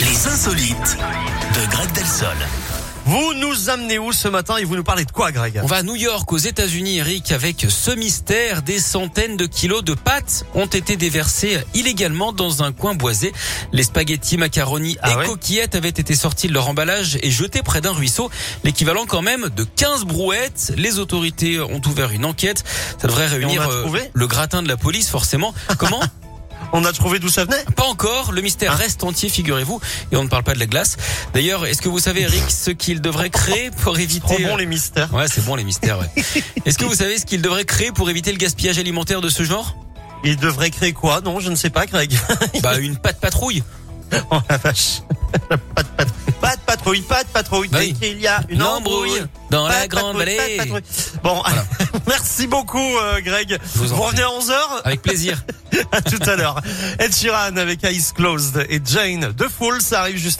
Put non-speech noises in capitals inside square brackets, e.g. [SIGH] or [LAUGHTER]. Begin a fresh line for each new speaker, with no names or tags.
Les insolites de Greg Delsol.
Vous nous amenez où ce matin et vous nous parlez de quoi, Greg
On va à New York, aux États-Unis, Eric, avec ce mystère. Des centaines de kilos de pâtes ont été déversées illégalement dans un coin boisé. Les spaghettis, macaronis
Ah
et
ouais
coquillettes avaient été sortis de leur emballage et jetés près d'un ruisseau, l'équivalent quand même de 15 brouettes. Les autorités ont ouvert une enquête. Ça devrait
on
réunir
a
euh,
trouvé
le gratin de la police, forcément. Comment
[LAUGHS] On a trouvé d'où ça venait
Pas encore. Le
Ah.
mystère reste entier, figurez-vous. Et on ne parle pas de la glace. D'ailleurs, est-ce que vous savez, Eric, ce qu'il devrait créer pour
Trop
éviter...
Oh
euh,
bon les mystères.
Ouais, c'est bon les mystères. Ouais.
[LAUGHS]
Est-ce que vous savez ce qu'il devrait créer pour éviter le gaspillage alimentaire de ce genre
Il devrait créer quoi Non, je ne sais pas, Greg. [LAUGHS]
Bah une pâte patrouille.
Oh la vache. Pas de, pat- pas de patrouille, pas de patrouille.
Bah
Dès
oui.
qu'il y a une embrouille.
dans
pas
la
de
grande
patrouille, pas de
vallée.
patrouille. Bon, [LAUGHS] merci beaucoup, euh, Greg.
Je vous en prie.
revenez à [LAUGHS] 11h
Avec plaisir.
à tout à l'heure. Ed Sheeran avec Eyes Closed et Jane de Fool, ça arrive juste